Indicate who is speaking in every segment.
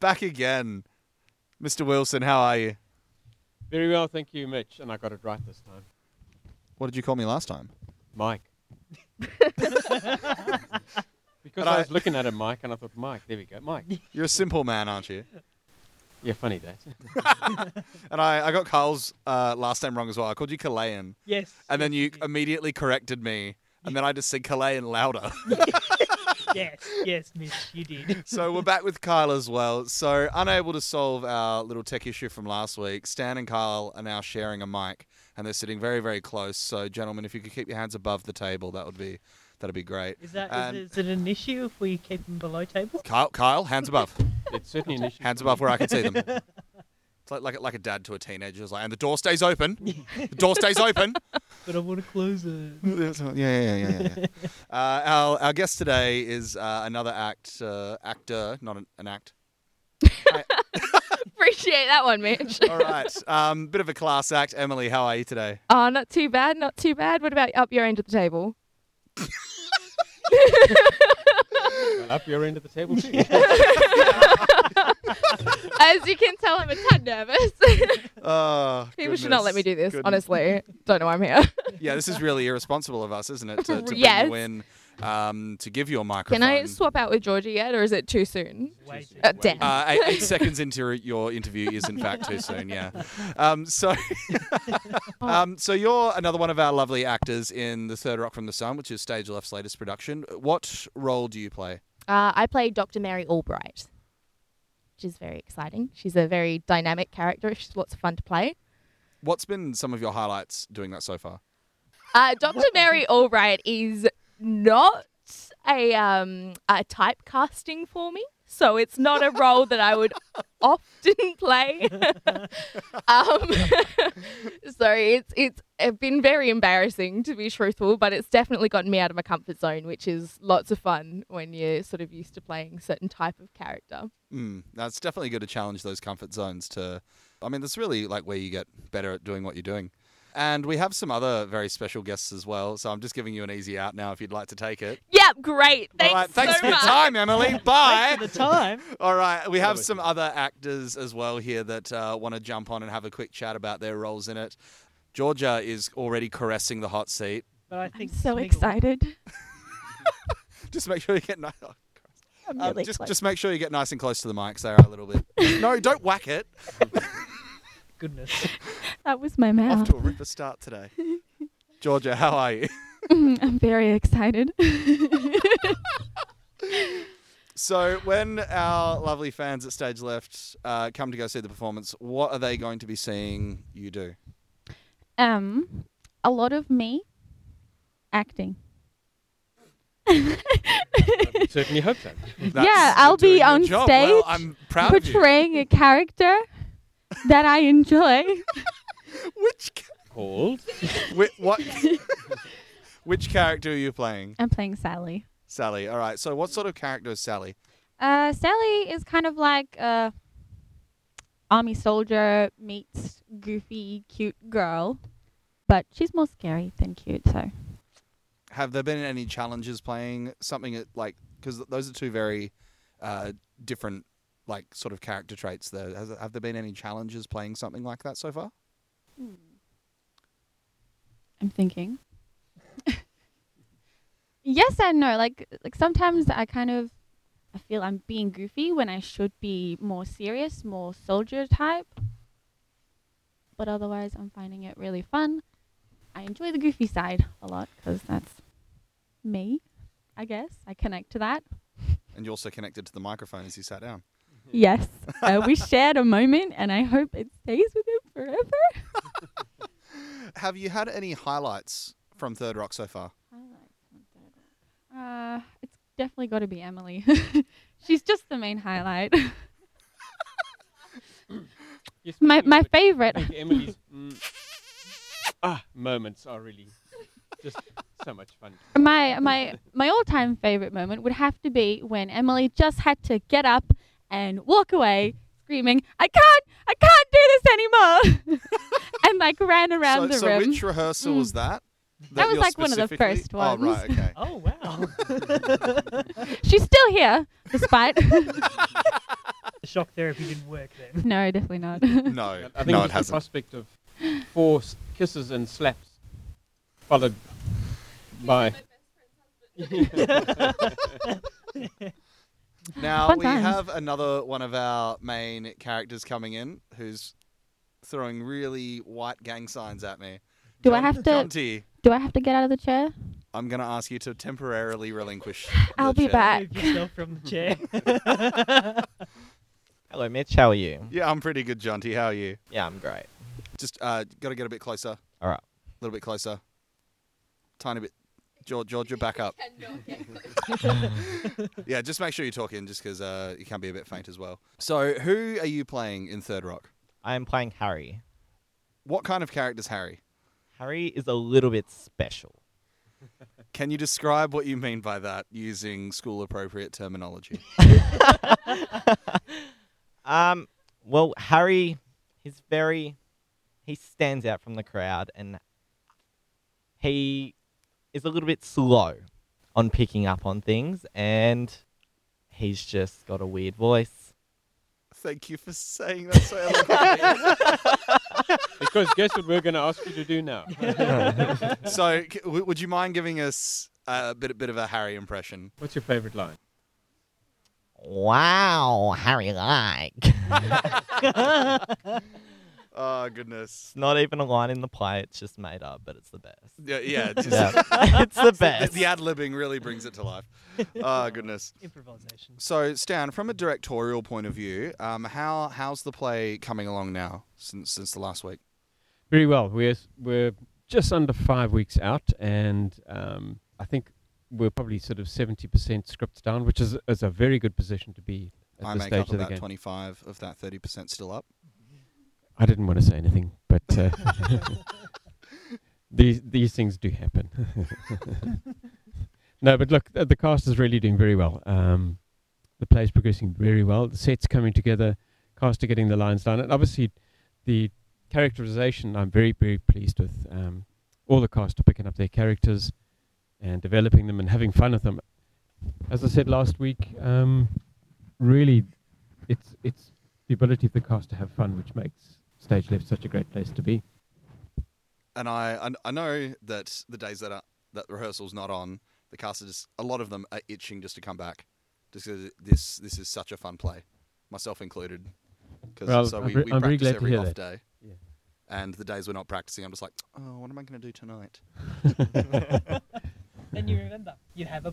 Speaker 1: back again. Mr. Wilson, how are you?
Speaker 2: Very well, thank you, Mitch. And I got it right this time.
Speaker 1: What did you call me last time?
Speaker 2: Mike. because
Speaker 1: But
Speaker 2: I,
Speaker 1: I-
Speaker 2: was looking at a Mike and I thought, Mike, there we go, Mike.
Speaker 1: You're a simple man, aren't you?
Speaker 2: Yeah, funny that.
Speaker 1: And I, I got Carl's uh, last name wrong as well. I called you Kalayan.
Speaker 3: Yes.
Speaker 1: And then you
Speaker 3: yes,
Speaker 1: immediately corrected me. And then I just said Kalayan louder.
Speaker 3: Yes, yes, Mitch, you did.
Speaker 1: so we're back with Kyle as well. So unable to solve our little tech issue from last week, Stan and Kyle are now sharing a mic and they're sitting very, very close. So gentlemen, if you could keep your hands above the table, that would be that'd be great.
Speaker 3: Is that is
Speaker 1: And-
Speaker 3: it- is it an issue if we keep them below table?
Speaker 1: Kyle, Kyle, hands above.
Speaker 2: It's certainly an issue.
Speaker 1: Hands
Speaker 2: for me.
Speaker 1: above where I can see them. It's like like, a- like a dad to a teenager. It's like, and the door stays open. The door stays open.
Speaker 3: But I want to close it.
Speaker 1: yeah, yeah, yeah, yeah. yeah. uh, our our guest today is uh, another act uh, actor, not an, an act.
Speaker 4: Appreciate that one, Mitch.
Speaker 1: All right, um, bit of a class act. Emily, how are you today?
Speaker 4: Oh, not too bad, not too bad. What about up your end of the table?
Speaker 2: Well, Up your end of the table, too.
Speaker 4: As you can tell, I'm a tad nervous.
Speaker 1: Oh,
Speaker 4: People should not let me do
Speaker 1: goodness,
Speaker 4: this,
Speaker 1: goodness.
Speaker 4: honestly. Don't know why I'm here.
Speaker 1: Yeah, this is really irresponsible of us, isn't it? To, to bring
Speaker 4: Yes.
Speaker 1: you in, um, to give you a microphone.
Speaker 4: Can I swap out with Georgie yet, or is it too soon?
Speaker 3: Way too
Speaker 4: Uh, damn.
Speaker 1: Uh, eight, eight seconds into re- your interview is in fact too soon. Yeah. Um, so,
Speaker 4: Oh.
Speaker 1: um, so you're another one of our lovely actors in the Third Rock from the Sun, which is Stage Left's latest production. What role do you play?
Speaker 4: Uh, I play Dr. Mary Albright, which is very exciting. She's a very dynamic character. She's lots of fun to play.
Speaker 1: What's been some of your highlights doing that so far?
Speaker 4: Uh, Dr. Mary Albright is not a um, a typecasting for me, so it's not a role that I would often play. um, sorry, it's it's uh, been very embarrassing to be truthful, but it's definitely gotten me out of my comfort zone, which is lots of fun when you're sort of used to playing certain type of character.
Speaker 1: Mm, that's definitely good to challenge those comfort zones. To, I mean, that's really like where you get better at doing what you're doing. And we have some other very special guests as well. So I'm just giving you an easy out now if you'd like to take it.
Speaker 4: Yep, great. Thanks,
Speaker 1: All right, thanks
Speaker 4: so
Speaker 1: for your
Speaker 4: much.
Speaker 1: time, Emily. Bye.
Speaker 3: Thanks for the time.
Speaker 1: All right, we have
Speaker 2: Lovely.
Speaker 1: some other actors as well here that uh, want to jump on and have a quick chat about their roles in it. Georgia is already caressing the hot seat.
Speaker 3: But I
Speaker 4: I'm
Speaker 3: think
Speaker 4: so
Speaker 3: Smiggle-
Speaker 4: excited.
Speaker 1: Just make sure you get nice. oh, Christ.
Speaker 4: I'm
Speaker 1: Um,
Speaker 4: really
Speaker 1: just,
Speaker 4: excited.
Speaker 1: just make sure you get nice and close to the mics there a little bit. no, don't whack it.
Speaker 3: Goodness.
Speaker 4: that was my
Speaker 1: Off
Speaker 4: mouth.
Speaker 1: to a ripper start today. Georgia, how are you?
Speaker 4: I'm very excited.
Speaker 1: So, when our lovely fans at Stage Left uh, come to go see the performance, what are they going to be seeing you do?
Speaker 5: Um, a lot of me acting.
Speaker 2: I certainly hope so.
Speaker 1: That's-
Speaker 5: yeah,
Speaker 1: you're
Speaker 5: I'll
Speaker 1: doing
Speaker 5: be
Speaker 1: your
Speaker 5: on
Speaker 1: job
Speaker 5: stage
Speaker 1: well. I'm proud of you.
Speaker 5: portraying a character that I enjoy.
Speaker 1: Which ca-
Speaker 2: Called.
Speaker 1: Whi what? Which character are you playing,
Speaker 5: I'm playing Sally.
Speaker 1: Sally? All right. So, what sort of character is Sally?
Speaker 5: Uh, Sally is kind of like a army soldier meets goofy, cute girl, but she's more scary than cute. So
Speaker 1: Have there been any challenges playing something at, like because those are two very uh, different like sort of character traits? There Has, have there been any challenges playing something like that so far?
Speaker 5: I'm thinking. yes and no. Like like sometimes I kind of I feel I'm being goofy when I should be more serious, more soldier type. But otherwise, I'm finding it really fun. I enjoy the goofy side a lot because that's me, I guess. I connect to that.
Speaker 1: And you also connected to the microphone as you sat down.
Speaker 5: Yes, uh, we shared a moment, and I hope it stays with him forever.
Speaker 1: Have you had any highlights from Third Rock so far?
Speaker 5: Uh, it's definitely got to be Emily. She's just the main highlight.
Speaker 2: Yes,
Speaker 5: My
Speaker 2: Emily,
Speaker 5: my
Speaker 2: but
Speaker 5: favorite.
Speaker 2: I think Emily's mm, ah moments are really just so much fun.
Speaker 5: My my my all-time favorite moment would have to be when Emily just had to get up and walk away screaming, "I can't! I can't do this anymore!" and like ran around
Speaker 1: so,
Speaker 5: the
Speaker 1: so
Speaker 5: room. Mm.
Speaker 1: which rehearsal was that?
Speaker 5: That was
Speaker 1: you're
Speaker 5: like one of the
Speaker 1: specifically-
Speaker 5: first
Speaker 1: Oh right, okay.
Speaker 3: Oh wow. Oh,
Speaker 5: She's still here despite
Speaker 3: shock therapy didn't work then.
Speaker 5: No, definitely not.
Speaker 1: No,
Speaker 2: I think
Speaker 1: no,
Speaker 2: just
Speaker 1: it
Speaker 2: the
Speaker 1: hasn't.
Speaker 2: prospect of four s- kisses and slaps, followed by.
Speaker 1: Now
Speaker 5: Fun
Speaker 1: we
Speaker 5: times.
Speaker 1: have another one of our main characters coming in who's throwing really white gang signs at me.
Speaker 5: Do I have
Speaker 1: John
Speaker 5: to?
Speaker 1: T,
Speaker 5: Do I have to get out of the chair?
Speaker 1: I'm going to ask you to temporarily relinquish.
Speaker 4: I'll
Speaker 1: the
Speaker 4: be
Speaker 1: chair.
Speaker 4: back.
Speaker 3: Move yourself from the chair.
Speaker 6: Hello, Mitch. How are you?
Speaker 1: Yeah, I'm pretty good, John T. How are you?
Speaker 6: Yeah, I'm great.
Speaker 1: Just uh, got to get a bit closer.
Speaker 6: All right.
Speaker 1: A little bit closer. Tiny bit. George, Georgia, back up. yeah, just make sure you're talking, just because uh, you can be a bit faint as well. So, who are you playing in Third Rock?
Speaker 6: I am playing Harry.
Speaker 1: What kind of character's Harry?
Speaker 6: Harry is a little bit special.
Speaker 1: Can you describe what you mean by that using school appropriate terminology?
Speaker 6: Um, well, Harry, he's very, he stands out from the crowd, and he is a little bit slow on picking up on things, and he's just got a weird voice.
Speaker 1: Thank you for saying that so eloquently.
Speaker 2: Because guess what we're going to ask you to do now?
Speaker 1: so, c- w- would you mind giving us a bit, a bit of a Harry impression?
Speaker 2: What's your favorite line?
Speaker 6: Wow, Harry like. it's
Speaker 1: Oh, goodness.
Speaker 6: not even a line in the play; it's just made up, but it's the best.
Speaker 1: Yeah, yeah. Just,
Speaker 6: Yeah, it's the
Speaker 1: The,
Speaker 6: best.
Speaker 1: the ad libbing really brings it to life. Oh, goodness.
Speaker 3: Improvisation.
Speaker 1: So, Stan, from a directorial point of view, um, how how's the play coming along now since since the last week?
Speaker 2: Very well. We're we're just under five weeks out, and um, I think we're probably sort of seventy percent scripts down, which is is a very good position to be at
Speaker 1: I
Speaker 2: this
Speaker 1: make
Speaker 2: stage
Speaker 1: up
Speaker 2: of the
Speaker 1: about
Speaker 2: game.
Speaker 1: twenty five of that thirty percent still up.
Speaker 2: I didn't want to say anything, but uh, these these things do happen. no, but look, uh, the cast is really doing very well. Um, the play's progressing very well. The set's coming together. Cast are getting the lines down, and obviously, the characterization. I'm very very pleased with. Um, all the cast are picking up their characters and developing them and having fun with them. As I said last week, um, really, it's it's the ability of the cast to have fun, which makes stage left such a great place to be.
Speaker 1: And I I, I know that the days that are, that rehearsal's not on, the cast is a lot of them are itching just to come back, just 'cause this this is such a fun play, myself included. 'Cause-
Speaker 2: Well,
Speaker 1: so
Speaker 2: I'm
Speaker 1: we,
Speaker 2: re-
Speaker 1: we
Speaker 2: I'm really
Speaker 1: practice
Speaker 2: glad to
Speaker 1: every
Speaker 2: hear
Speaker 1: off
Speaker 2: that.
Speaker 1: day.
Speaker 2: Yeah.
Speaker 1: And the days we're not practicing, I'm just like, oh, what am I going to do tonight?
Speaker 3: Then you remember, you have a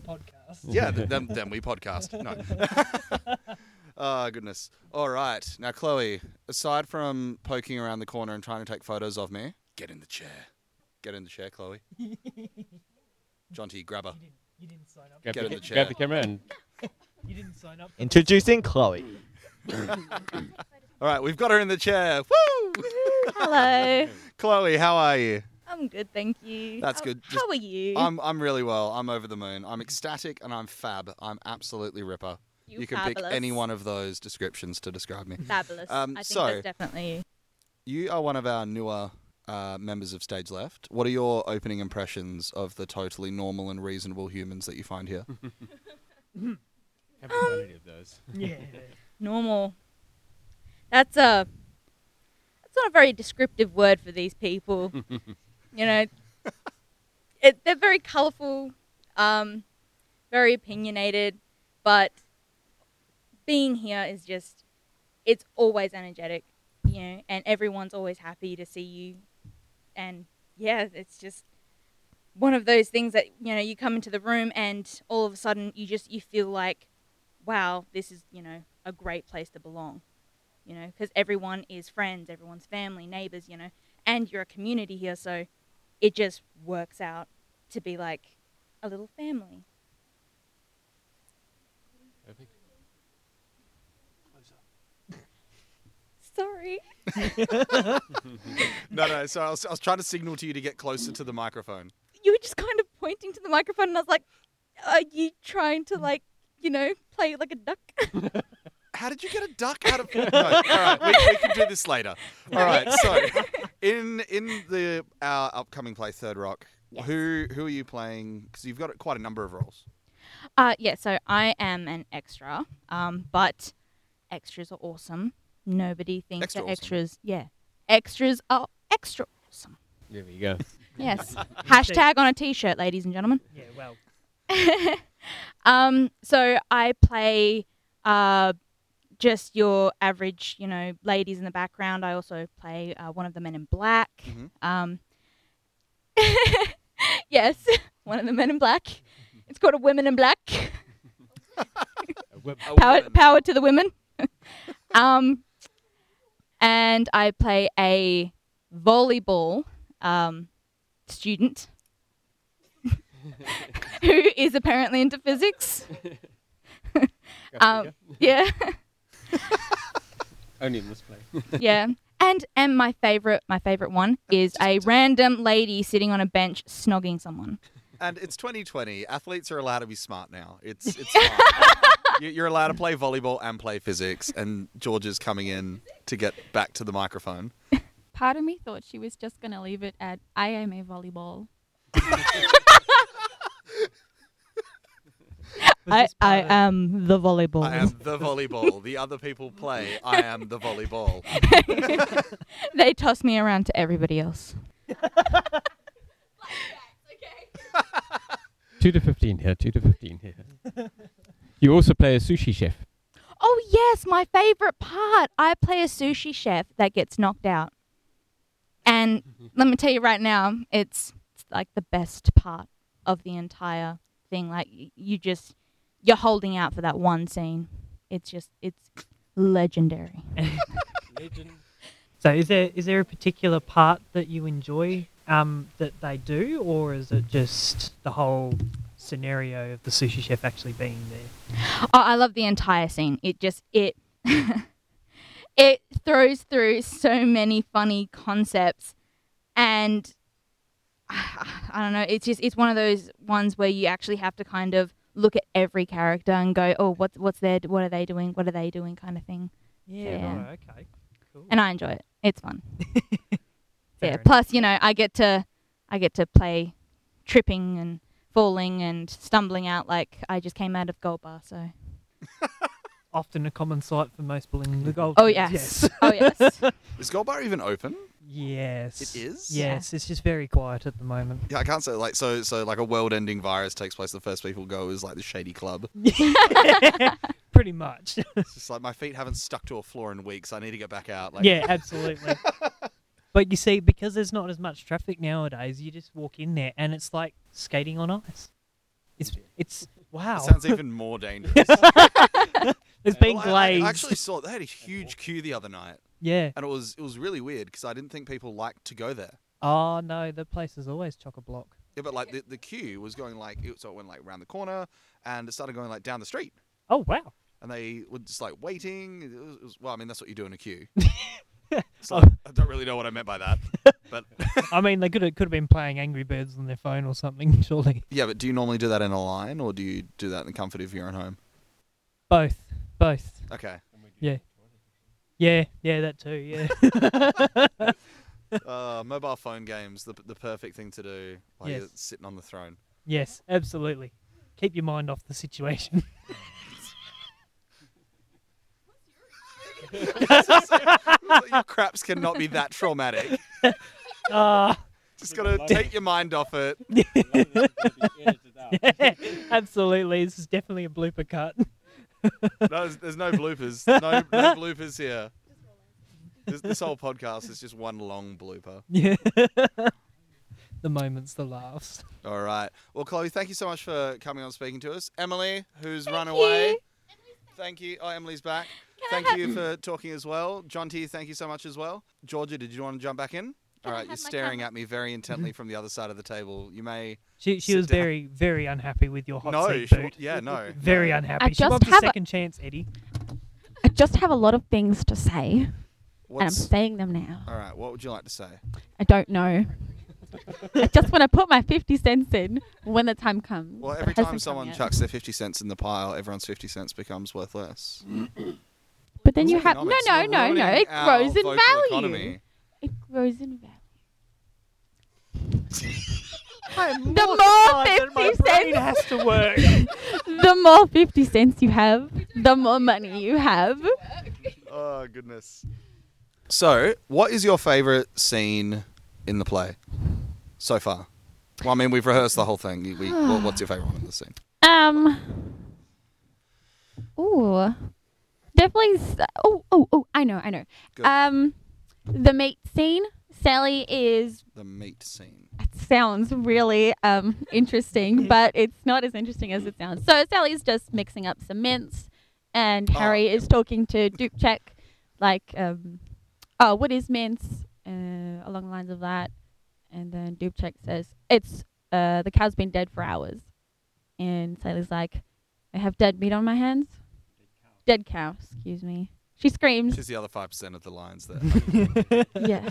Speaker 3: podcast.
Speaker 1: yeah, th- then, then we podcast. No. oh, goodness. All right. Now, Chloe, aside from poking around the corner and trying to take photos of me, get in the chair. Get in the chair, Chloe. John T, grab her.
Speaker 3: You didn't, you didn't sign up.
Speaker 2: Grab,
Speaker 1: Get
Speaker 2: the,
Speaker 1: in the
Speaker 2: ca-
Speaker 1: chair.
Speaker 2: grab the camera and
Speaker 3: You didn't sign up.
Speaker 6: Introducing Chloe.
Speaker 1: All right, we've got her in the chair. Woo!
Speaker 4: Hello.
Speaker 1: Chloe, how are you?
Speaker 4: I'm good, thank you.
Speaker 1: That's
Speaker 4: How-
Speaker 1: good.
Speaker 4: How are you?
Speaker 1: I'm, I'm really well. I'm over the moon. I'm ecstatic and I'm fab. I'm absolutely ripper. You, can pick
Speaker 4: fabulous.
Speaker 1: any one of those descriptions to describe me.
Speaker 4: Fabulous.
Speaker 1: Um,
Speaker 4: I think
Speaker 1: so-
Speaker 4: that's definitely
Speaker 1: You are one of our newer uh, members of Stage Left. What are your opening impressions of the totally normal and reasonable humans that you find here?
Speaker 2: haven't done any of those.
Speaker 3: Yeah.
Speaker 7: normal. That's a that's not a very descriptive word for these people. you know, it, they're very colourful, um, very opinionated, but being here is just it's always energetic, you know, and everyone's always happy to see you, and yeah, it's just one of those things that you know you come into the room and all of a sudden you just you feel like wow, this is, you know, a great place to belong, you know, because everyone is friends, everyone's family, neighbors, you know, and you're a community here. So it just works out to be like a little family. Sorry.
Speaker 1: no, no. So I was, I was trying to signal to you to get closer to the microphone.
Speaker 7: You were just kind of pointing to the microphone, and I was like, are you trying to, like, you know, play like a duck?
Speaker 1: How did you get a duck out of? No, all right, we, we can do this later. All right. So, in in the our upcoming play, Third Rock,
Speaker 7: Yes.
Speaker 1: who who are you playing? Because you've got quite a number of roles.
Speaker 7: Uh, yeah, so I am an extra, um, but extras are awesome. Nobody thinks
Speaker 1: Extra
Speaker 7: that
Speaker 1: awesome.
Speaker 7: extras, yeah, extras are extra awesome.
Speaker 2: There we go.
Speaker 7: Yes.
Speaker 3: You say-
Speaker 7: Hashtag on a t-shirt, ladies and gentlemen.
Speaker 3: Yeah, well,
Speaker 7: Um, so I play uh, just your average, you know, ladies in the background. I also play uh, one of the men in black.
Speaker 1: Mhm.
Speaker 7: Um, yes, one of the men in black. It's called a women in black.
Speaker 1: A
Speaker 7: Power,
Speaker 1: woman.
Speaker 7: power to the women. um, and I play a volleyball um, student who is apparently into physics. Um, yeah.
Speaker 2: Only in this place.
Speaker 7: yeah. And and my favorite my favorite one is a random lady sitting on a bench snogging someone.
Speaker 1: And it's 2020. Athletes are allowed to be smart now. It's it's fine. You- You're allowed to play volleyball and play physics. And George is coming in to get back to the microphone.
Speaker 5: Part of me thought she was just going to leave it at I am a volleyball.
Speaker 3: was this part of-
Speaker 7: am the volleyball.
Speaker 1: I am the volleyball. The other people play. I am the volleyball.
Speaker 7: they toss me around to everybody else.
Speaker 2: two to fifteen here. Two to fifteen here. you also play a sushi chef.
Speaker 7: Oh yes, my favorite part. I play a sushi chef that gets knocked out. And let me tell you right now, it's, it's like the best part of the entire thing. Like y- you just you're holding out for that one scene. It's just it's legendary.
Speaker 3: so is there is there a particular part that you enjoy um, that they do, or is it just the whole scenario of the sushi chef actually being there?
Speaker 7: Oh, I love the entire scene. It just it it throws through so many funny concepts, and I don't know. It's just it's one of those ones where you actually have to kind of look at every character and go, oh, what's what's their what are they doing? What are they doing? Kind of thing. Yeah.
Speaker 3: right, okay. Cool.
Speaker 7: And I enjoy it. It's fun.
Speaker 3: Fair
Speaker 7: yeah.
Speaker 3: enough.
Speaker 7: Plus, you know, I get to I get to play tripping and falling and stumbling out like I just came out of gold bar. So.
Speaker 3: Often a common sight for most bullying the gold.
Speaker 7: Oh
Speaker 3: kids,
Speaker 7: yes. Oh yes.
Speaker 1: Is Gold Bar even open?
Speaker 3: Yes.
Speaker 1: It is?
Speaker 7: Yeah.
Speaker 3: Yes, it's just very quiet at the moment.
Speaker 1: Yeah, I can't say like so. So like a world-ending virus takes place. The first people go is like the shady club.
Speaker 3: Pretty much.
Speaker 1: It's just like my feet haven't stuck to a floor in weeks. I need to get back out. Like,
Speaker 3: yeah, absolutely. but you see, because there's not as much traffic nowadays, you just walk in there and it's like skating on ice. It's it's wow.
Speaker 1: It sounds even more dangerous.
Speaker 3: it's been
Speaker 1: Well, I- I-
Speaker 3: glazed.
Speaker 1: I, actually saw they had a huge queue the other night,
Speaker 3: yeah.
Speaker 1: and it was it was really weird because I didn't think people liked to go there.
Speaker 3: Oh no, the place is always chock a block.
Speaker 1: Yeah, but like the, the queue was going like it, so it went like around the corner and it started going like down the street,
Speaker 3: Oh wow.
Speaker 1: and they were just like waiting. It was, it was- well, I mean that's what you do in a queue. so
Speaker 3: Oh.
Speaker 1: I don't really know what I meant by that, but
Speaker 3: I mean, they could have could have been playing Angry Birds on their phone or something. Surely
Speaker 1: yeah. But do you normally do that in a line, or do you do that in the comfort of your own home?
Speaker 3: both, both.
Speaker 1: Okay.
Speaker 3: Yeah, yeah, that too. Yeah.
Speaker 1: Uh, mobile phone games, the, the perfect thing to do while you're
Speaker 3: Yes.
Speaker 1: sitting on the throne.
Speaker 3: yes, absolutely. Keep your mind off the situation.
Speaker 1: your craps cannot be that traumatic.
Speaker 3: Ah,
Speaker 1: Just gotta take your mind off it.
Speaker 3: absolutely. This is definitely a blooper cut.
Speaker 1: No, there's, there's no bloopers. No, no bloopers here. This, this whole podcast is just one long blooper.
Speaker 3: Yeah. the moments, the laughs.
Speaker 1: All right. Well, Chloe, thank you so much for coming on speaking to us. Emily, who's run away. Thank you. Oh, Emily's back. thank you for talking as well. John T, thank you so much as well. Georgia, did you want to jump back in? All
Speaker 5: I
Speaker 1: right, you're
Speaker 5: have my
Speaker 1: staring at me very intently from the other side of the table. You may
Speaker 3: She she
Speaker 1: Sit
Speaker 3: was
Speaker 1: down.
Speaker 3: very very unhappy with your hot
Speaker 1: no,
Speaker 3: seat
Speaker 1: she-
Speaker 3: boot.
Speaker 1: yeah, no.
Speaker 3: Very unhappy.
Speaker 5: I
Speaker 3: she
Speaker 5: just
Speaker 3: wants a
Speaker 5: have a-
Speaker 3: second chance, Eddie.
Speaker 5: I just have a lot of things to say, and I'm
Speaker 1: What's,
Speaker 5: saying them now.
Speaker 1: all right, what would you like to say?
Speaker 5: I don't know. I just want to put my 50 cents in when the time comes.
Speaker 1: Well,
Speaker 5: but
Speaker 1: every
Speaker 5: it hasn't
Speaker 1: time
Speaker 5: come
Speaker 1: someone
Speaker 5: yet.
Speaker 1: chucks their 50 cents in the pile, everyone's 50 cents becomes worth less.
Speaker 5: But then you have. No,
Speaker 1: Economics.
Speaker 5: no,
Speaker 1: We're
Speaker 5: no, no.
Speaker 1: ruining
Speaker 5: It
Speaker 1: our
Speaker 5: grows in
Speaker 1: vocal
Speaker 5: value.
Speaker 1: economy.
Speaker 5: It grows in value.
Speaker 3: The
Speaker 5: mortified that Oh, my 50 brain
Speaker 8: Oh,
Speaker 3: has to work.
Speaker 5: The more 50 cents you have, the more money you have.
Speaker 1: Oh goodness. So, what is your favorite scene in the play so far? Well, I mean, we've rehearsed the whole thing. You- We, what- what's your favorite one in the scene?
Speaker 5: Um. Ooh, definitely. s- Oh, oh, oh! I know, I know.
Speaker 1: Good.
Speaker 5: Um, the mate scene. Sally is.
Speaker 1: The meat scene.
Speaker 5: That sounds really um interesting, but it's not as interesting as it sounds. So Sally's just mixing up some mints, and
Speaker 1: Ah,
Speaker 5: Harry is talking to Dupchek, like, um, "Oh, what is mince?" Uh, along the lines of that, and then Dupchek says, "It's uh the cow's been dead for hours," and Sally's like, "I have dead meat on my hands." Dead cow. Excuse me. She screams.
Speaker 1: She's the other five percent of the lines there.
Speaker 5: yeah.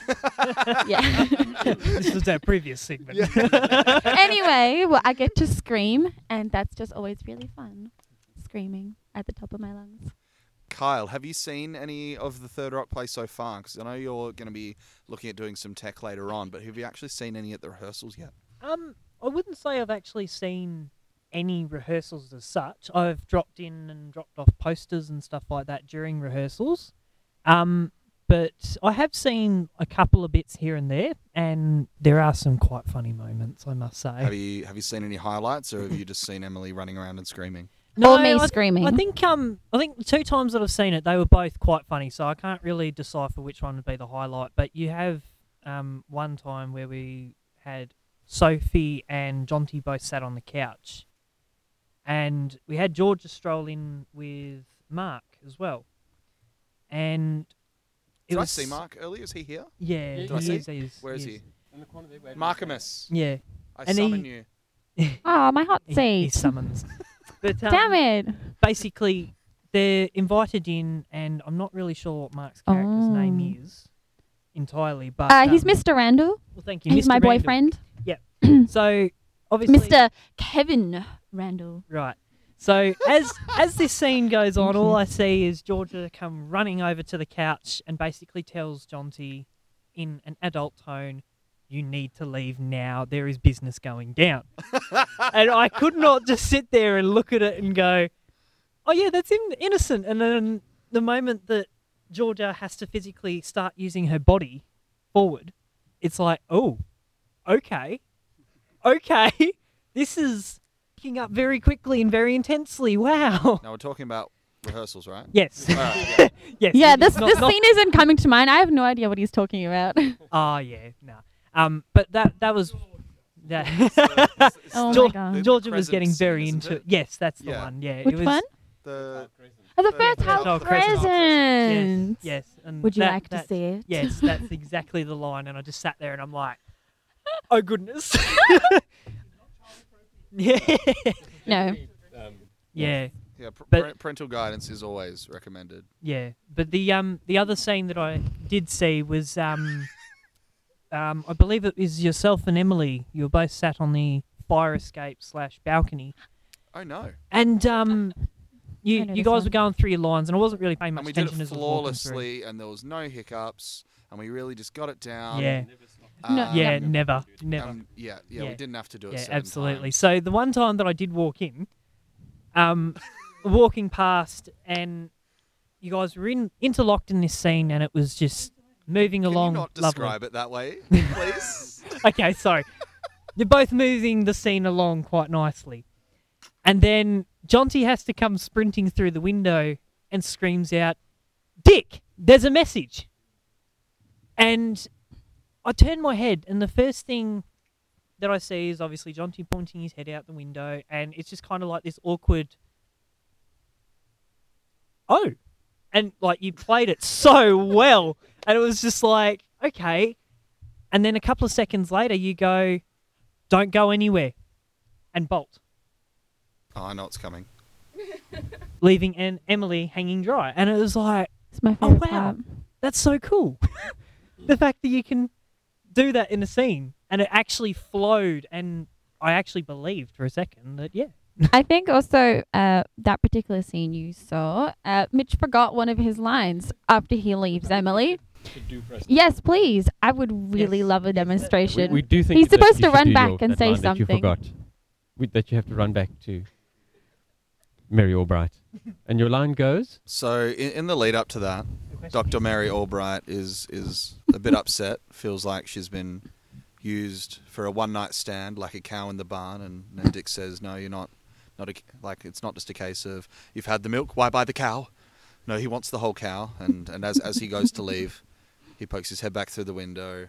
Speaker 5: yeah.
Speaker 3: this was our previous segment.
Speaker 5: anyway, well, I get to scream, and that's just always really fun. Screaming at the top of my lungs.
Speaker 1: Kyle, have you seen any of the Third Rock play so far? Because I know you're going to be looking at doing some tech later on, but have you actually seen any at the rehearsals yet?
Speaker 3: Um, I wouldn't say I've actually seen any rehearsals as such. I've dropped in and dropped off posters and stuff like that during rehearsals. Um, but I have seen a couple of bits here and there, and there are some quite funny moments, I must say.
Speaker 1: Have you have you seen any highlights, or have you just seen Emily running around and screaming?
Speaker 5: No, me
Speaker 3: I th-
Speaker 5: screaming.
Speaker 3: I think um, I think the two times that I've seen it, they were both quite funny. So I can't really decipher which one would be the highlight. But you have um, one time where we had Sophie and Jonty both sat on the couch, and we had Georgia stroll in with Mark as well. And it
Speaker 1: Did I
Speaker 3: was-
Speaker 1: see Mark earlier? Is he here?
Speaker 3: Yeah,
Speaker 2: Did
Speaker 1: I
Speaker 3: he
Speaker 1: see
Speaker 3: is, he is,
Speaker 1: Where is
Speaker 3: is.
Speaker 1: he? Markimus,
Speaker 3: Yeah,
Speaker 1: I
Speaker 3: And
Speaker 1: summon
Speaker 3: he-
Speaker 1: you.
Speaker 5: Oh, my hot
Speaker 3: he,
Speaker 5: seat.
Speaker 3: he summons. but um,
Speaker 5: Damn it.
Speaker 3: basically they're invited in, and I'm not really sure what Mark's character's name is entirely, but
Speaker 5: Oh. Uh, he's
Speaker 3: um,
Speaker 5: Mr. Randall.
Speaker 3: Well, thank you.
Speaker 5: He's
Speaker 3: Mr.
Speaker 5: my
Speaker 3: Randall.
Speaker 5: boyfriend.
Speaker 3: So obviously,
Speaker 5: Mr. Kevin Randall.
Speaker 3: Right. So as as this scene goes on, all I see is Georgia come running over to the couch and basically tells Jonty in an adult tone, "You need to leave now. There is business going down." and I could not just sit there and look at it and go, "Oh yeah, that's in- innocent." And then the moment that Georgia has to physically start using her body forward, it's like, "Oh, okay, okay, this is." picking up very quickly and very intensely. Wow.
Speaker 1: Now we're talking about rehearsals, right?
Speaker 3: Yes.
Speaker 1: All right, yeah.
Speaker 3: yes.
Speaker 5: Yeah, this,
Speaker 3: Not-
Speaker 5: this
Speaker 3: not-
Speaker 5: scene isn't coming to mind. I have no idea what he's talking about.
Speaker 3: Ah, yeah. No. Um, but that that was. That
Speaker 5: Oh
Speaker 3: Geor-
Speaker 5: my God.
Speaker 3: Georgia
Speaker 1: The
Speaker 3: was getting
Speaker 1: crescent
Speaker 3: very
Speaker 1: scene,
Speaker 3: into.
Speaker 1: isn't it?
Speaker 3: Yes, that's the
Speaker 1: Yeah.
Speaker 3: one. Yeah.
Speaker 5: Which
Speaker 3: it was,
Speaker 5: one?
Speaker 1: The
Speaker 5: Oh, the
Speaker 1: the
Speaker 5: first
Speaker 1: Dark
Speaker 5: house
Speaker 1: Crescent.
Speaker 5: present.
Speaker 3: Yes. Yes. And
Speaker 5: Would you
Speaker 3: that-
Speaker 5: like to
Speaker 3: that-
Speaker 5: see it?
Speaker 3: Yes, that's exactly the line. And I just sat there and I'm like, oh goodness. yeah. Yeah.
Speaker 5: No.
Speaker 1: Um, yeah, pr-
Speaker 3: But-
Speaker 1: par- parental guidance is always recommended.
Speaker 3: Yeah, but the um the other scene that I did see was um um I believe it was yourself and Emily. You were both sat on the fire escape slash balcony,
Speaker 1: Oh no!
Speaker 3: and um
Speaker 5: I
Speaker 3: you
Speaker 5: know
Speaker 3: you
Speaker 5: this
Speaker 3: guys
Speaker 5: one.
Speaker 3: were going through your lines, and I wasn't really paying much
Speaker 1: And we did
Speaker 3: attention
Speaker 1: it
Speaker 3: as I was walking through.
Speaker 1: flawlessly, and there was no hiccups, and we really just got it down.
Speaker 3: Yeah,
Speaker 1: Um,
Speaker 5: No,
Speaker 3: yeah, never, never.
Speaker 1: um, yeah, yeah,
Speaker 3: Yeah.
Speaker 1: We didn't have to do it.
Speaker 3: yeah, absolutely. So the one time that I did walk in, um, walking past, and you guys were in, interlocked in this scene, and it was just moving
Speaker 1: Can
Speaker 3: along.
Speaker 1: you not
Speaker 3: lovely.
Speaker 1: describe it that way, please?
Speaker 3: okay, sorry. You're both moving the scene along quite nicely. And then Jonty has to come sprinting through the window and screams out, Dick, there's a message. And I turn my head, and the first thing that I see is obviously Jonty pointing his head out the window, and it's just kind of like this awkward, oh. And like you played it so well. And it was just like, okay, and then a couple of seconds later, you go, don't go anywhere, and bolt,
Speaker 1: oh, I know it's coming.
Speaker 3: leaving Em Emily hanging dry. And it was like,
Speaker 5: It's my
Speaker 3: oh,
Speaker 5: favorite
Speaker 3: wow,
Speaker 5: part.
Speaker 3: that's so cool. the fact that you can do that in a scene and it actually flowed. And I actually believed for a second that, yeah.
Speaker 5: I think also uh, that particular scene you saw, uh, Mitch forgot one of his lines after he leaves Emily. Yes, please. I would really
Speaker 3: Yes.
Speaker 5: love a
Speaker 2: We,
Speaker 5: demonstration.
Speaker 2: we do think
Speaker 5: He's
Speaker 2: that
Speaker 5: supposed
Speaker 2: you
Speaker 5: to
Speaker 2: should
Speaker 5: run
Speaker 2: do
Speaker 5: back
Speaker 2: your-
Speaker 5: and
Speaker 2: that
Speaker 5: say
Speaker 2: line That you
Speaker 5: something.
Speaker 2: forgot. We, that you have to run back to. Mary Albright. And your line goes,
Speaker 1: So in, in the lead up to that, Dr. Mary Albright is is a bit upset. Feels like she's been used for a one night stand, like a cow in the barn. And, and Dick says, "No, you're not. Not a, like it's not just a case of you've had the milk. Why buy the cow? No, he wants the whole cow." And and as as he goes to leave, he pokes his head back through the window,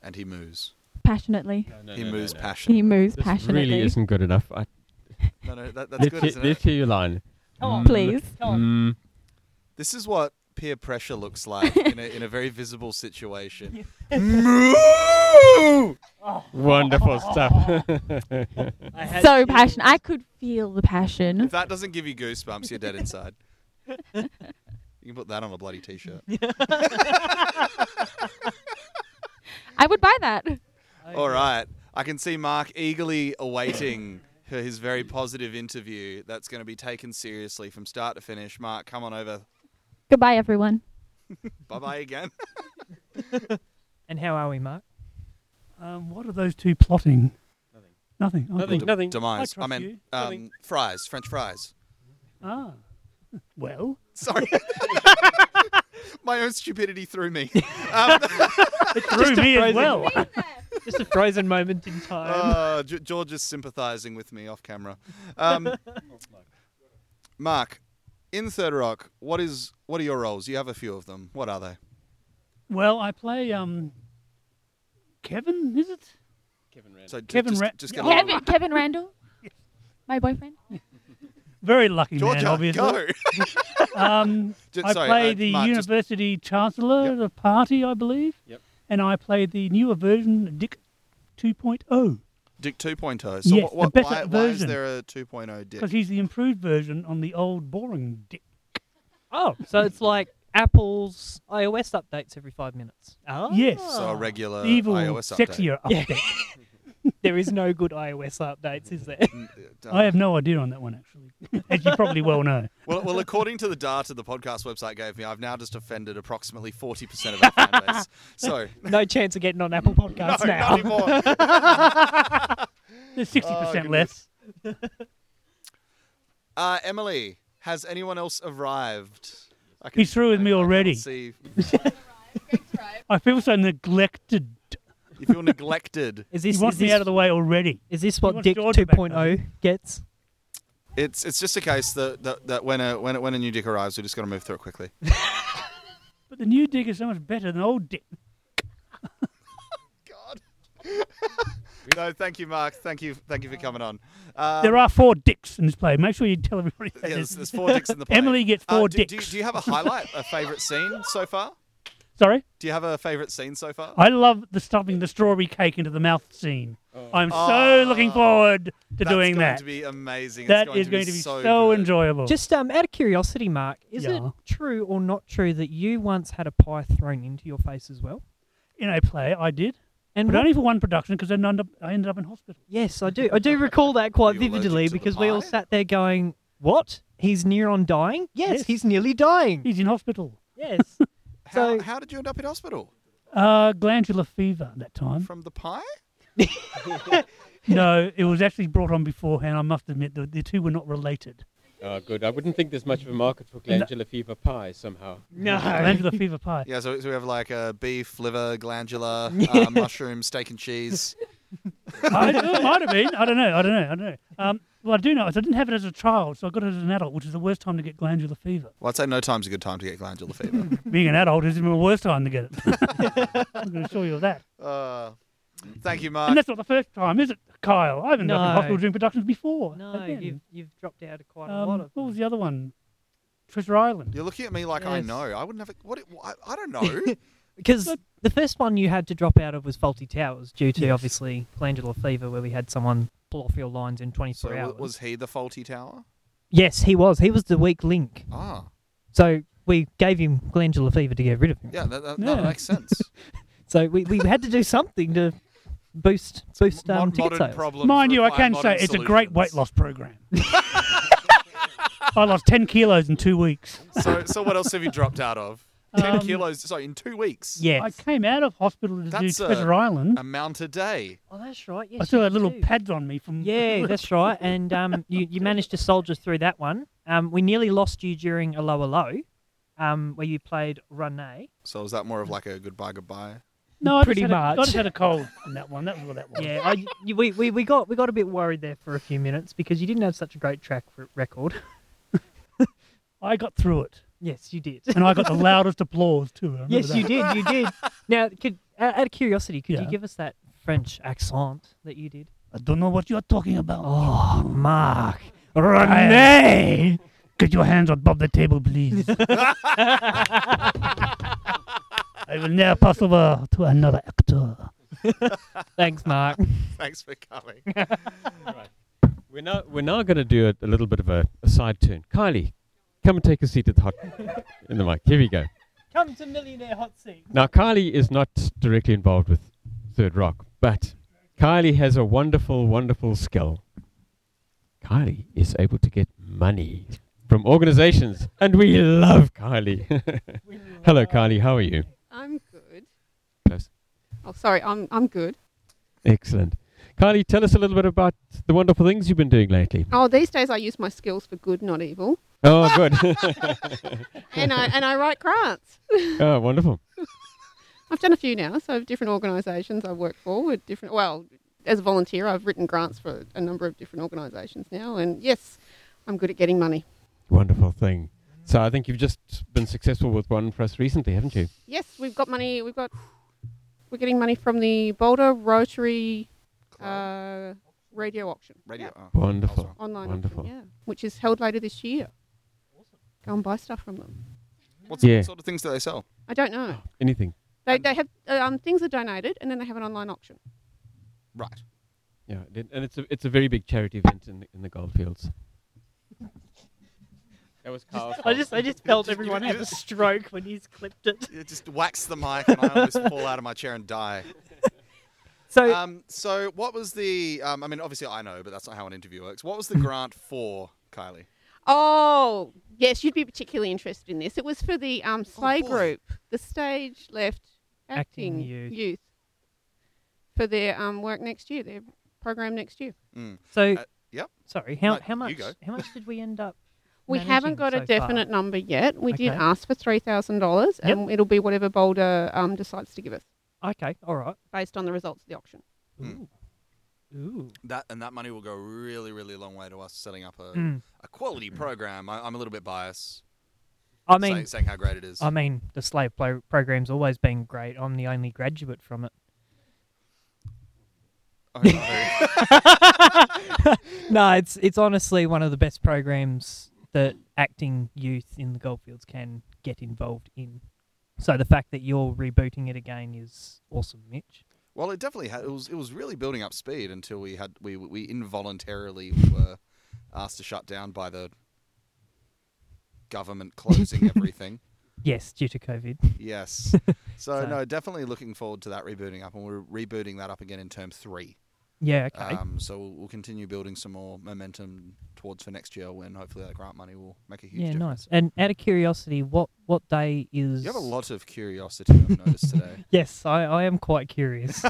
Speaker 1: and he moos.
Speaker 5: passionately.
Speaker 1: he moos passion.
Speaker 5: He moves
Speaker 2: This
Speaker 5: passionately.
Speaker 2: really isn't good enough. I,
Speaker 1: No, no, that, that's
Speaker 2: let's,
Speaker 1: good,
Speaker 2: hear,
Speaker 1: isn't
Speaker 2: let's
Speaker 1: it?
Speaker 2: hear your line.
Speaker 3: Come on.
Speaker 5: Please.
Speaker 3: Come on.
Speaker 2: Mm.
Speaker 1: This is what peer pressure looks like in a in a very visible situation. Moo!
Speaker 2: Wonderful stuff.
Speaker 3: I had
Speaker 5: So
Speaker 3: feelings.
Speaker 5: passionate. I could feel the passion.
Speaker 1: If that doesn't give you goosebumps, you're dead inside. you can put that on a bloody t-shirt.
Speaker 5: I would buy that.
Speaker 3: I-
Speaker 1: All right, I can see Mark eagerly awaiting her- his very positive interview. That's going to be taken seriously from start to finish. Mark, come on over.
Speaker 5: Goodbye, everyone.
Speaker 1: Bye bye again.
Speaker 3: And how are we, Mark?
Speaker 8: Um, what are those two plotting? Nothing. Nothing.
Speaker 2: Nothing.
Speaker 1: Dem-
Speaker 2: nothing.
Speaker 1: Demise.
Speaker 8: I
Speaker 1: I,
Speaker 8: trust
Speaker 1: meant
Speaker 8: you.
Speaker 1: um, fries, French fries.
Speaker 8: Ah. Well,
Speaker 1: Sorry. My own stupidity threw me. Um,
Speaker 3: It
Speaker 8: through me as well.
Speaker 3: Just a frozen moment in time.
Speaker 1: Uh, G- George is sympathising with me off camera. Um, Mark, in Third Rock, what is what are your roles? You have a few of them. What are they?
Speaker 8: well, I play um, Kevin. Is it?
Speaker 1: So j-
Speaker 8: Kevin
Speaker 1: just,
Speaker 8: Ra-
Speaker 1: just get a little-
Speaker 5: Kevin, Kevin Randall, my boyfriend.
Speaker 8: Very lucky man,
Speaker 1: Georgia,
Speaker 8: obviously.
Speaker 1: go.
Speaker 8: Um,
Speaker 1: J-
Speaker 8: I
Speaker 1: sorry,
Speaker 8: play
Speaker 1: uh,
Speaker 8: the
Speaker 1: Mark, just-
Speaker 8: university chancellor of the party, I believe.
Speaker 2: Yep.
Speaker 8: And I play the newer version, Dick 2.0,
Speaker 1: Dick 2.0. Uh, So
Speaker 8: Yes,
Speaker 1: what,
Speaker 8: the
Speaker 1: what,
Speaker 8: better
Speaker 1: why, why is
Speaker 8: version.
Speaker 1: there a 2.0 Dick?
Speaker 8: because he's the improved version on the old boring Dick.
Speaker 3: Oh, so it's like Apple's iOS updates every five minutes. Oh.
Speaker 8: Yes.
Speaker 1: Ah. So a regular
Speaker 8: The evil,
Speaker 1: iOS update.
Speaker 8: sexier
Speaker 3: Yeah.
Speaker 8: update.
Speaker 3: There is no good iOS updates, is there?
Speaker 1: Mm, uh,
Speaker 8: I have no idea on that one, actually, as you probably well know.
Speaker 1: well, well, according to the data the podcast website gave me, I've now just offended approximately 40% of our fan base. So,
Speaker 3: No chance of getting on Apple Podcasts
Speaker 1: no,
Speaker 3: now.
Speaker 1: not anymore.
Speaker 8: There's 60% less.
Speaker 1: Oh, goodness. Uh, Emily, has anyone else arrived? I can-
Speaker 8: He's through with
Speaker 1: I-
Speaker 8: me
Speaker 1: I can't
Speaker 8: already.
Speaker 1: See,
Speaker 8: I feel so neglected.
Speaker 1: you feel neglected.
Speaker 3: Is
Speaker 8: He
Speaker 3: this,
Speaker 8: wants
Speaker 3: is
Speaker 8: me
Speaker 3: this,
Speaker 8: out of the way already.
Speaker 3: is this
Speaker 8: He
Speaker 3: what
Speaker 8: wants
Speaker 3: Dick
Speaker 8: Georgia back,
Speaker 3: 2.0 gets?
Speaker 1: It's it's just a case that that, that when a when a, when a new dick arrives, we just got to move through it quickly.
Speaker 8: But the new dick is so much better than old dick.
Speaker 1: God. no, thank you, Mark. Thank you, thank you for coming on. Um,
Speaker 8: there are four dicks in this play. Make sure you tell everybody that.
Speaker 1: yeah, there's, there's four dicks in the play.
Speaker 8: Emily gets four
Speaker 1: Uh, do, Do, you-
Speaker 8: dicks.
Speaker 1: do you have a highlight, a favourite scene so far?
Speaker 8: Sorry?
Speaker 1: Do you have a favourite scene so far?
Speaker 8: I love the stuffing the strawberry cake into the mouth scene. I'm so looking
Speaker 1: Ah,
Speaker 8: forward to
Speaker 1: Oh. That's
Speaker 8: doing
Speaker 1: going
Speaker 8: that.
Speaker 1: to be amazing. it's
Speaker 8: That
Speaker 1: going
Speaker 8: is
Speaker 1: to
Speaker 8: going
Speaker 1: be so, good.
Speaker 8: enjoyable.
Speaker 3: Just um, out of curiosity, Mark, is it
Speaker 8: Yeah.
Speaker 3: true or not true that you once had a pie thrown into your face as well?
Speaker 8: in a play, I did.
Speaker 3: And
Speaker 8: But
Speaker 3: what-
Speaker 8: only for one production because I ended up, I ended up in hospital.
Speaker 3: yes, I do. I do recall that quite
Speaker 1: Are you allergic
Speaker 3: vividly
Speaker 1: to the
Speaker 3: because we all
Speaker 1: pie?
Speaker 3: sat there going, "What? He's near on dying? Yes,
Speaker 8: Yes.
Speaker 3: he's nearly dying.
Speaker 8: He's in hospital.
Speaker 3: yes."
Speaker 1: How,
Speaker 3: so-
Speaker 1: how did you end up in hospital?
Speaker 8: Uh, glandular fever that time.
Speaker 1: From the pie?
Speaker 8: no, it was actually brought on beforehand. I must admit the, the two were not related.
Speaker 2: Oh, good. I wouldn't think there's much of a market for glandular fever pie somehow.
Speaker 3: No.
Speaker 8: Glandular fever pie.
Speaker 1: Yeah, so, so we have like uh, beef, liver, glandular, uh, mushroom, steak and cheese.
Speaker 8: I, it might have been. I don't know. I don't know. I don't know. Um, well, I do know is I didn't have it as a child, so I got it as an adult, which is the worst time to get glandular fever.
Speaker 1: Well, I'd say no time's a good time to get glandular fever.
Speaker 8: Being an adult is even the worst time to get it. I'm going to show you of that.
Speaker 1: uh, thank you,
Speaker 8: And
Speaker 1: Mark.
Speaker 8: that's not the first time, is it, Kyle? I've been up
Speaker 3: No.
Speaker 8: in hospital during productions before.
Speaker 3: No,
Speaker 8: Again.
Speaker 3: you've you've dropped out of quite a
Speaker 8: Um,
Speaker 3: lot of.
Speaker 8: what was the other one? Treasure Island.
Speaker 1: You're looking at me like I
Speaker 3: Yes.
Speaker 1: know. I wouldn't have. What? It, I, I don't know.
Speaker 3: Because the first one you had to drop out of was Faulty Towers due to
Speaker 8: Yes.
Speaker 3: obviously glandular fever, where we had someone pull off your lines in 24
Speaker 1: so w-
Speaker 3: hours.
Speaker 1: was he the faulty tower?
Speaker 3: yes, he was. He was the weak link.
Speaker 1: Ah,
Speaker 3: So we gave him glandular fever to get rid of him.
Speaker 1: yeah, that, that,
Speaker 8: Yeah.
Speaker 1: that makes sense.
Speaker 3: So we, we had to do something to boost boost
Speaker 1: Mo-
Speaker 3: um, ticket
Speaker 1: modern
Speaker 3: sales.
Speaker 1: problems
Speaker 8: Mind you, I
Speaker 1: require
Speaker 8: can
Speaker 1: modern
Speaker 8: say it's a great
Speaker 1: solutions.
Speaker 8: weight loss program. I lost 10 kilos in two weeks.
Speaker 1: So, so what else have you dropped out of? Ten
Speaker 8: Um,
Speaker 1: kilos. Sorry, in two weeks.
Speaker 8: I
Speaker 3: Yes.
Speaker 8: came out of hospital to
Speaker 1: That's uh,
Speaker 8: do
Speaker 1: a-
Speaker 8: Treasure Island.
Speaker 1: A mount a day.
Speaker 3: Oh, that's right. Yes,
Speaker 8: I still
Speaker 3: you
Speaker 8: had little
Speaker 3: do.
Speaker 8: pads on me from.
Speaker 3: Yeah, that's right. And um, you, you managed to soldier through that one. Um, we nearly lost you during a lower low, um, where you played Rene.
Speaker 1: So is that more of like a goodbye, goodbye?
Speaker 8: no, I
Speaker 3: pretty
Speaker 8: just had A, I
Speaker 3: much.
Speaker 8: just had a cold in that one. That was what that was.
Speaker 3: Yeah, I, you, we, we, we got we got a bit worried there for a few minutes because you didn't have such a great track r- record.
Speaker 8: I got through it,
Speaker 3: Yes, you did.
Speaker 8: and I got the loudest applause too. I remember
Speaker 3: yes, you
Speaker 8: that.
Speaker 3: did. You did. Now, could out out of curiosity, could you
Speaker 8: Yeah.
Speaker 3: give us that French accent that you did?
Speaker 8: I don't know what you're talking about.
Speaker 3: Oh, Mark, Rene.
Speaker 8: Get your hands above the table, please. I will never pass over to another actor.
Speaker 3: Thanks, Mark.
Speaker 1: Thanks for coming.
Speaker 2: We're now we're now going to do a, a little bit of a, a side turn. Kylie, come and take a seat at the hot in the mic. Here we go.
Speaker 3: Come to Millionaire Hot Seat.
Speaker 2: Now Kylie is not directly involved with Third Rock, but Kylie has a wonderful, wonderful skill. Kylie is able to get money from organizations, and we love Kylie. Hello, Kylie. How are you?
Speaker 9: I'm good.
Speaker 2: Close.
Speaker 9: Oh, sorry, I'm I'm good.
Speaker 2: Excellent. Kylie, tell us a little bit about the wonderful things you've been doing lately.
Speaker 9: Oh, these days I use my skills for good, not evil,
Speaker 2: Oh, good.
Speaker 9: and I and I write grants.
Speaker 2: oh, wonderful.
Speaker 9: I've done a few now, so different organisations I've worked for with different. Well, as a volunteer, I've written grants for a number of different organisations now, and yes, I'm good at getting money.
Speaker 2: Wonderful thing. So I think you've just been successful with one for us recently, haven't you?
Speaker 9: Yes, we've got money. We've got we're getting money from the Boulder Rotary uh, radio uh, auction.
Speaker 1: Radio.
Speaker 9: Yeah,
Speaker 1: oh,
Speaker 2: Wonderful.
Speaker 1: awesome.
Speaker 9: online.
Speaker 2: Wonderful.
Speaker 9: Auction, yeah, which is held later this year. Go and buy stuff from them.
Speaker 1: What's
Speaker 2: Yeah.
Speaker 1: what sort of things do they sell?
Speaker 9: I don't know.
Speaker 2: Anything.
Speaker 9: They,
Speaker 1: And-
Speaker 9: they have uh, um, things are donated and then they have an online auction.
Speaker 1: Right.
Speaker 2: Yeah, it- and it's a it's a very big charity event in the, in the goldfields. That was Carl.
Speaker 3: I just I just
Speaker 1: Oh,
Speaker 3: felt
Speaker 1: Just give
Speaker 3: everyone
Speaker 1: it-
Speaker 3: had a stroke when he's clipped it.
Speaker 1: You just wax the mic, and I always fall out of my chair and die.
Speaker 3: So
Speaker 1: Um, so, what was the? Um, I mean, obviously, I know, but that's not how an interview works. What was the grant for, Kylie?
Speaker 9: Oh, yes, you'd be particularly interested in this. It was for the um, Slay
Speaker 1: boy.
Speaker 9: Group, the stage left
Speaker 3: Acting
Speaker 9: acting,
Speaker 3: Youth.
Speaker 9: youth. for their um, work next year, their program next year.
Speaker 1: Mm.
Speaker 3: so
Speaker 1: uh, yep.
Speaker 3: Sorry, how
Speaker 1: No,
Speaker 3: how
Speaker 1: you
Speaker 3: much
Speaker 1: go.
Speaker 3: how much did we end up?
Speaker 9: We haven't
Speaker 3: managing
Speaker 9: got
Speaker 3: so
Speaker 9: a definite
Speaker 3: Far?
Speaker 9: number yet. We did
Speaker 3: Okay.
Speaker 9: ask for $3,000 and it'll be whatever Boulder um, decides to give us
Speaker 3: Okay, all right. Hmm.
Speaker 9: based on the results of the auction.
Speaker 1: Mm.
Speaker 3: Ooh. Ooh.
Speaker 1: That and that money will go really, really long way to us setting up a,
Speaker 3: Mm.
Speaker 1: a quality program. I, I'm a little bit biased.
Speaker 3: I
Speaker 1: say-
Speaker 3: mean,
Speaker 1: saying how great it is.
Speaker 3: I mean, the slave play program's always been great. I'm the only graduate from it.
Speaker 1: Oh, no.
Speaker 3: No, it's it's honestly one of the best programs that acting youth in the goldfields can get involved in. So the fact that you're rebooting it again is awesome, Mitch.
Speaker 1: well, it definitely had, it was. It was really building up speed until we had we we involuntarily were asked to shut down by the government closing everything.
Speaker 3: Yes, due to COVID.
Speaker 1: Yes. So,
Speaker 3: So-
Speaker 1: no, definitely looking forward to that rebooting up, and we're rebooting that up again in term three.
Speaker 3: Yeah, okay.
Speaker 1: Um, so we'll, we'll continue building some more momentum towards for next year, when hopefully that grant money will make a huge
Speaker 3: yeah,
Speaker 1: difference.
Speaker 3: nice. And out of curiosity, what what day is
Speaker 1: You have a lot of curiosity. I've noticed today.
Speaker 3: Yes, I, I am quite curious.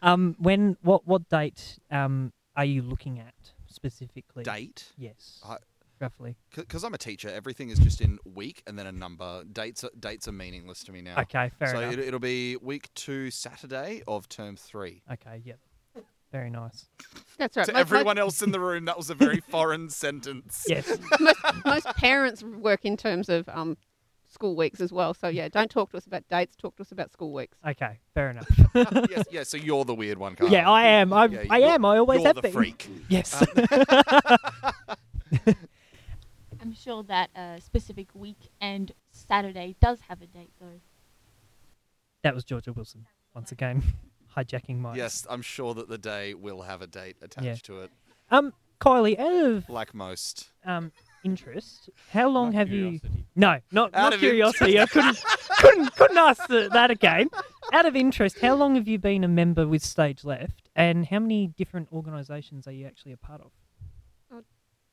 Speaker 3: um, when what what date um are you looking at specifically?
Speaker 1: Date.
Speaker 3: Yes.
Speaker 1: I-
Speaker 3: roughly.
Speaker 1: Because I'm a teacher, everything is just in week and then a number. Dates are, dates are meaningless to me now.
Speaker 3: Okay, fair
Speaker 1: so
Speaker 3: enough.
Speaker 1: it, it'll be week two Saturday of term three.
Speaker 3: Okay, yep. Very nice.
Speaker 9: That's right.
Speaker 1: To
Speaker 9: Mo- mo-
Speaker 1: everyone else in the room, that was a very foreign sentence.
Speaker 3: Yes.
Speaker 9: most, most parents work in terms of um, school weeks as well. So yeah, don't talk to us about dates. Talk to us about school weeks.
Speaker 3: Okay, fair enough.
Speaker 9: Oh,
Speaker 1: yes, yeah. So you're the weird one, Carl.
Speaker 3: yeah, I am. I
Speaker 1: Yeah,
Speaker 3: I
Speaker 1: you're-
Speaker 3: am. I always
Speaker 1: you're
Speaker 3: have
Speaker 1: the
Speaker 3: been.
Speaker 1: freak. Um,
Speaker 3: Yes.
Speaker 5: I'm sure that a specific week and Saturday does have a date though.
Speaker 3: that was Georgia Wilson once again hijacking my
Speaker 1: Yes, I'm sure that the day will have a date attached
Speaker 3: Yeah.
Speaker 1: to it,
Speaker 3: Um Kylie, out of
Speaker 1: like most.
Speaker 3: um interest, how long have you No, not,
Speaker 1: Out
Speaker 3: not
Speaker 1: of
Speaker 3: curiosity. I couldn't couldn't couldn't ask the, that again. Out of interest, how long have you been a member with Stage Left, and how many different organisations are you actually a part of?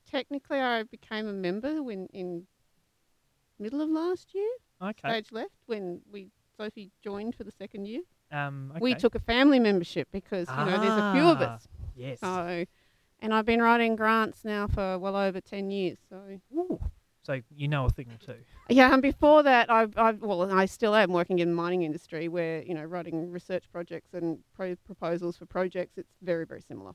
Speaker 9: Technically, I became a member when in middle of last year.
Speaker 3: Okay.
Speaker 9: stage left when we Sophie joined for the second year.
Speaker 3: Um, okay.
Speaker 9: We took a family membership because you know there's a few of us.
Speaker 3: Ah, Yes.
Speaker 9: So, and I've been writing grants now for well over ten years. So
Speaker 3: Ooh. So you know a thing or two.
Speaker 9: yeah, and before that, I've, I've well, and I still am working in the mining industry where you know writing research projects and pro- proposals for projects. It's very very similar.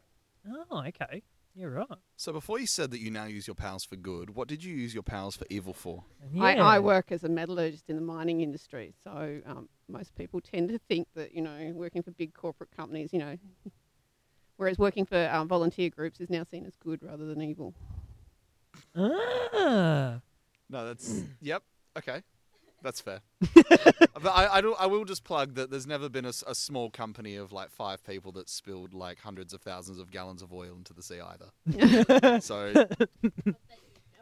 Speaker 3: Oh, okay. You're right.
Speaker 1: So before you said that you now use your powers for good, what did you use your powers for evil for?
Speaker 9: I, I
Speaker 3: Yeah.
Speaker 9: work as a metallurgist in the mining industry, so um, most people tend to think that you know working for big corporate companies, you know, whereas working for um, volunteer groups is now seen as good rather than evil.
Speaker 3: Ah.
Speaker 1: No, that's yep. Okay, that's fair. but I, I, do, I will just plug that there's never been a, s- a small company of like five people that spilled like hundreds of thousands of gallons of oil into the sea either. so,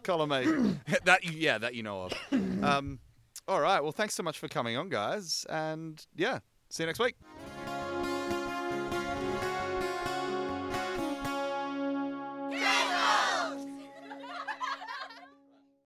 Speaker 1: column A, that you- yeah, that you know of. Um, all right. Well, thanks so much for coming on, guys, and yeah, see you next week.